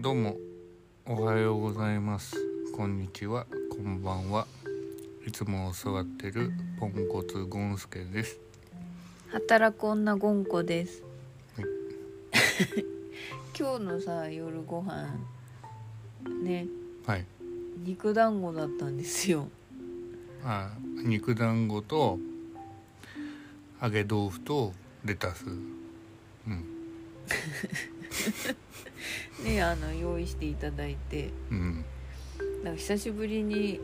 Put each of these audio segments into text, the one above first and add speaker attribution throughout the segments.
Speaker 1: どうもおはようございますこんにちはこんばんはいつもお世話ってるポンコツゴンスケです
Speaker 2: 働く女ゴンコです、
Speaker 1: はい
Speaker 2: 今日のさ夜ご飯ね
Speaker 1: はい
Speaker 2: 肉団子だったんですよ
Speaker 1: あ肉団子と揚げ豆腐とレタスうん
Speaker 2: ねあの用意していただいて
Speaker 1: うん
Speaker 2: なんか久しぶりに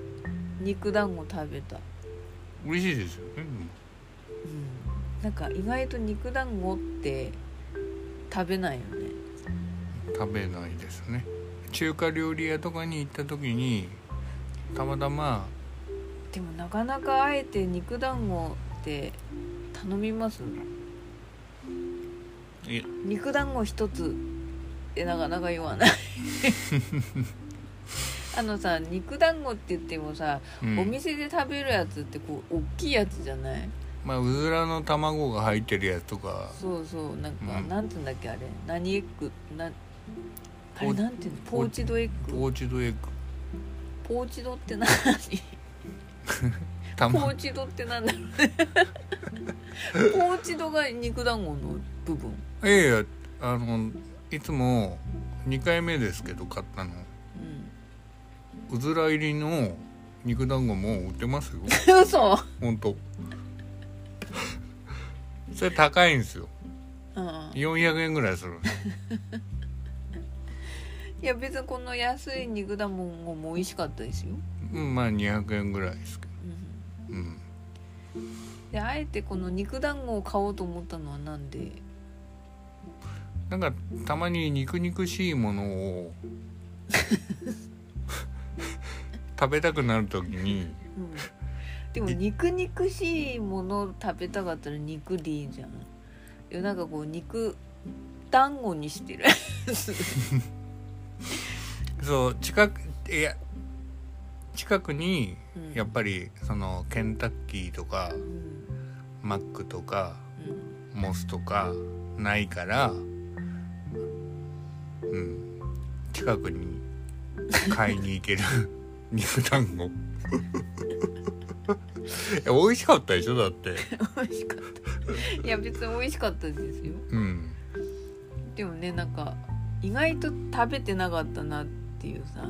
Speaker 2: 肉団子食べた、
Speaker 1: 嬉しいですよねでも
Speaker 2: うん、なんか意外と肉団子って食べないよね
Speaker 1: 食べないですね中華料理屋とかに行った時にたまたま
Speaker 2: でもなかなかあえて肉団子って頼みます
Speaker 1: え
Speaker 2: 肉団子一つってなかなか 言わないあのさ肉団子って言ってもさ、
Speaker 1: うん
Speaker 2: お店で食べるやつってこう大きいやつじゃない
Speaker 1: まあうずらの卵が入ってるやつとか
Speaker 2: そうそうなんか、
Speaker 1: うん
Speaker 2: なんて言うんだっけあれ何エッグなあ
Speaker 1: ポ
Speaker 2: れ
Speaker 1: ー
Speaker 2: なんていうのポーチドエッグ
Speaker 1: ポーチドエッグ
Speaker 2: ポーチドって何ポ
Speaker 1: 卵
Speaker 2: ーチドってなんだろう ねポーチドが肉団子の部分
Speaker 1: いやいやあのいつも2回目ですけど買ったのうずら入りの肉団子も売ってますよ
Speaker 2: うん嘘
Speaker 1: ほんとそれ高いんですよ
Speaker 2: うん
Speaker 1: 400円ぐらいするんです
Speaker 2: いや別にこの安い肉だもんも美味しかったですよ、
Speaker 1: うんまあ200円ぐらいですけ
Speaker 2: う
Speaker 1: どうん
Speaker 2: ん、であえてこの肉団子を買おうと思ったのはなんで
Speaker 1: なんかたまに肉肉しいものを 食べたくなる時に
Speaker 2: うんでも肉肉しいもの食べたかったら肉でいいじゃんいやなんかこう肉団子にしてる
Speaker 1: そう近くいや近くに
Speaker 2: うん
Speaker 1: やっぱりそのケンタッキーとか
Speaker 2: うん
Speaker 1: マックとか
Speaker 2: うん
Speaker 1: モスとかないからうん近くに買いに行ける 肉団子いや美味しかったでしょだって
Speaker 2: 美味しかったいや別に美味しかったですよ
Speaker 1: うん
Speaker 2: でもねなんか意外と食べてなかったなっていうさ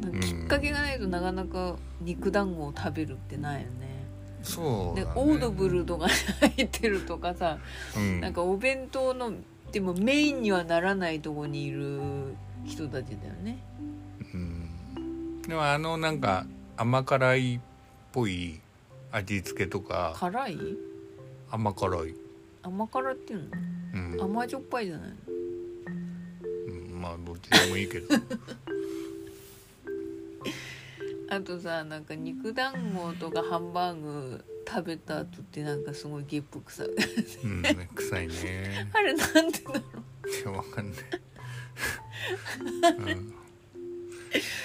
Speaker 2: なんかきっかけがないとなかなか肉団子を食べるってないよね。
Speaker 1: そう
Speaker 2: で
Speaker 1: だ、ね、
Speaker 2: オードブルとか入ってるとかさ
Speaker 1: うん
Speaker 2: なんかお弁当のでもメインにはならないとこにいる人たちだよね。
Speaker 1: うんでもあのなんか甘辛いっぽい味付けとか
Speaker 2: 辛い
Speaker 1: 甘辛い、
Speaker 2: 甘辛っていう
Speaker 1: うん
Speaker 2: の甘じょっぱいじゃないの
Speaker 1: うん、まあどっちでもいいけど
Speaker 2: あとさなんか肉団子とかハンバーグ食べた後ってなんかすごいゲップ臭い
Speaker 1: うん臭いね
Speaker 2: あれなんでだろう
Speaker 1: いやわかんない、うん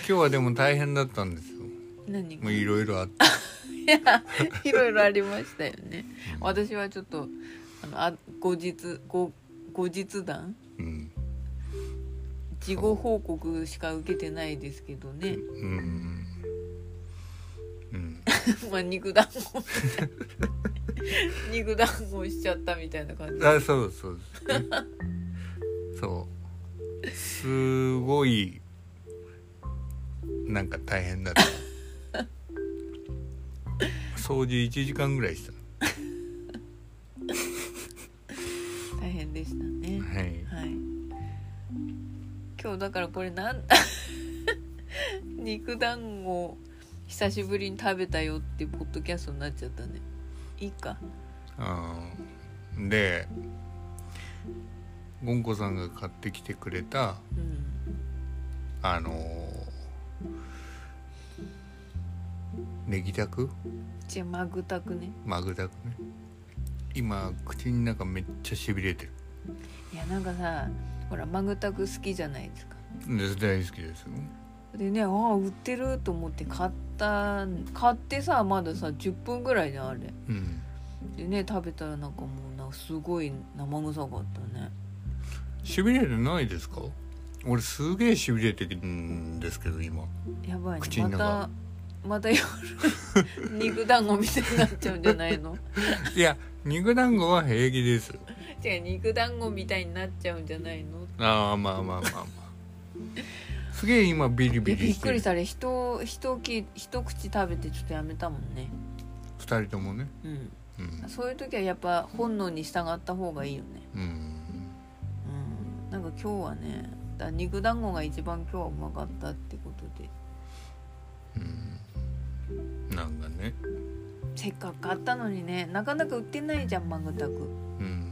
Speaker 1: 今日はでも大変だったんですよ
Speaker 2: 何
Speaker 1: もういろいろあって
Speaker 2: いやいろいろありましたよね
Speaker 1: うん
Speaker 2: 私はちょっとあのあ後日後後日談
Speaker 1: うん
Speaker 2: 事後報告しか受けてないですけどね、
Speaker 1: うんうん、
Speaker 2: まあ肉団子 みたいな肉団子をしちゃったみたいな感じ
Speaker 1: あそうそうです、ね、そうすごいなんか大変だった掃除1時間ぐらいした
Speaker 2: 大変でしたね
Speaker 1: はい
Speaker 2: はい今日だからこれなん 肉団子久しぶりに食べたよってポッドキャストになっちゃったねいいか
Speaker 1: うんでゴンコさんが買ってきてくれた
Speaker 2: うん
Speaker 1: あのーネギダク
Speaker 2: じゃあマグタクね
Speaker 1: マグダクね今口の中めっちゃしびれて
Speaker 2: いやなんかさほらマグタク好きじゃないですか
Speaker 1: るで大好きですよ
Speaker 2: でねああ売ってると思って買った買ってさまださ10分ぐらいじゃんあれ
Speaker 1: うん
Speaker 2: でね食べたらなんかもうなんかすごい生臭かったね
Speaker 1: しびれてないですか俺すげえしびれてきるんですけど今
Speaker 2: やばいね
Speaker 1: 口の
Speaker 2: また
Speaker 1: 中
Speaker 2: ま た夜肉団子みたいになっちゃうんじゃないの
Speaker 1: いや肉団子は平気です
Speaker 2: 違う肉団子みたいになっちゃうんじゃないの
Speaker 1: ああまあまあまあまあすげえ今ビリ
Speaker 2: いや
Speaker 1: ビ
Speaker 2: び
Speaker 1: リ
Speaker 2: っ
Speaker 1: して
Speaker 2: くり
Speaker 1: る
Speaker 2: したあれ一一口一口食べてちょっとやめたもんね
Speaker 1: 2人ともね
Speaker 2: うん
Speaker 1: うん、
Speaker 2: そういう時はやっぱ本能に従った方がいいよね
Speaker 1: うん、
Speaker 2: うんなんか今日はねだから肉団子が一番今日はうまかったってことで
Speaker 1: うんなんかね、
Speaker 2: せっかく買ったのにねなかなか売ってないじゃんマグタク
Speaker 1: うん、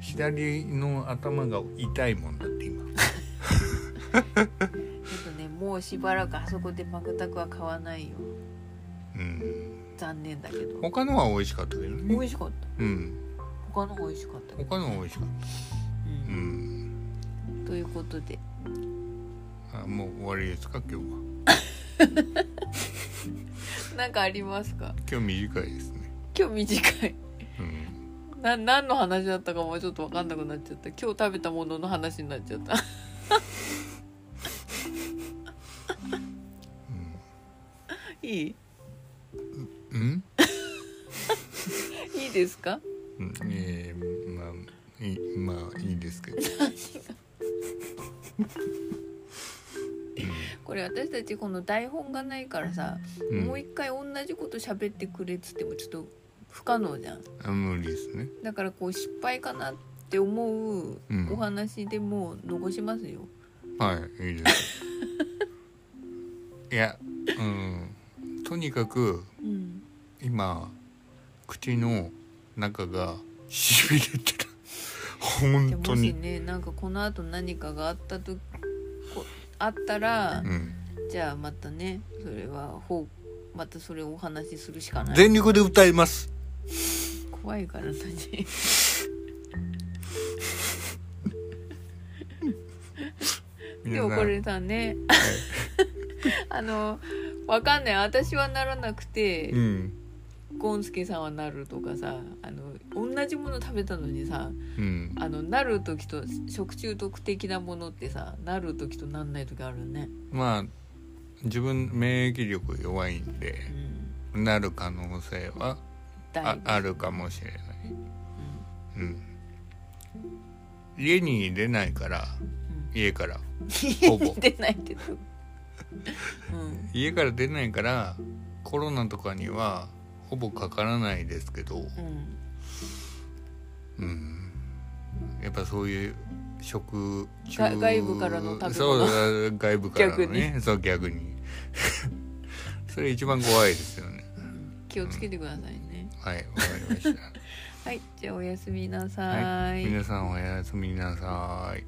Speaker 1: 左の頭が痛いもんだって今
Speaker 2: ちょっとねもうしばらくあそこでマグタクは買わないよ
Speaker 1: うん
Speaker 2: 残念だけど
Speaker 1: 他のは美味しかったけどね
Speaker 2: 美味しかった
Speaker 1: うん
Speaker 2: 他の方美味しかったけど
Speaker 1: 他のは美味しかっ
Speaker 2: う
Speaker 1: たうんん
Speaker 2: ということで
Speaker 1: あもう終わりですか今日は
Speaker 2: なんかありますか
Speaker 1: 今日短いですね
Speaker 2: 今日短い
Speaker 1: うん
Speaker 2: な何の話だったかもちょっと分かんなくなっちゃった今日食べたものの話になっちゃった いい
Speaker 1: うん、
Speaker 2: いいですか
Speaker 1: うん、えー、まあいいまあいいですけど
Speaker 2: これ私たちこの台本がないからさ、
Speaker 1: うん
Speaker 2: もう一回同じこと喋ってくれっつってもちょっと不可能じゃん
Speaker 1: あ無理ですね
Speaker 2: だからこう失敗かなって思う
Speaker 1: うん
Speaker 2: お話でも残しますよ、
Speaker 1: はい、いいです。いや、うん、とにかく
Speaker 2: うん、
Speaker 1: 今口の中がしびれてる。
Speaker 2: で
Speaker 1: 本当
Speaker 2: もし
Speaker 1: に。
Speaker 2: ねなんかこのあと何かがあったとこあったら、
Speaker 1: うん、
Speaker 2: じゃあまたねそれはほうまたそれをお話しするしかない
Speaker 1: 全力で歌います。
Speaker 2: 怖いから何で
Speaker 1: 皆
Speaker 2: も
Speaker 1: さ
Speaker 2: こ
Speaker 1: ん、
Speaker 2: れさね あのわかんない私はならなくて、
Speaker 1: うん、
Speaker 2: ゴンスケさんはなるとかさあの同じもの食べたのにさ
Speaker 1: うん、
Speaker 2: あのなる時と食中毒的なものってさなる時となんない時あるよね、
Speaker 1: まあ自分免疫力弱いんで
Speaker 2: うん、
Speaker 1: なる可能性は
Speaker 2: だ
Speaker 1: あ
Speaker 2: いぶ
Speaker 1: あるかもしれない。うん。家に出ないから、
Speaker 2: う
Speaker 1: 家から。
Speaker 2: う
Speaker 1: ほ
Speaker 2: ん、
Speaker 1: ぼ
Speaker 2: 出ないけど、うん、
Speaker 1: 家から出ないからコロナとかにはほぼかからないですけど、
Speaker 2: うん、
Speaker 1: うん、やっぱそういう食
Speaker 2: が外部からの食べ物
Speaker 1: そう外部からのね
Speaker 2: 逆
Speaker 1: そう逆に それ一番怖いですよね
Speaker 2: 気をつけてくださいね、
Speaker 1: はいわかりました
Speaker 2: はいじゃあおやすみなさ、
Speaker 1: はい い、皆さんおやすみなさい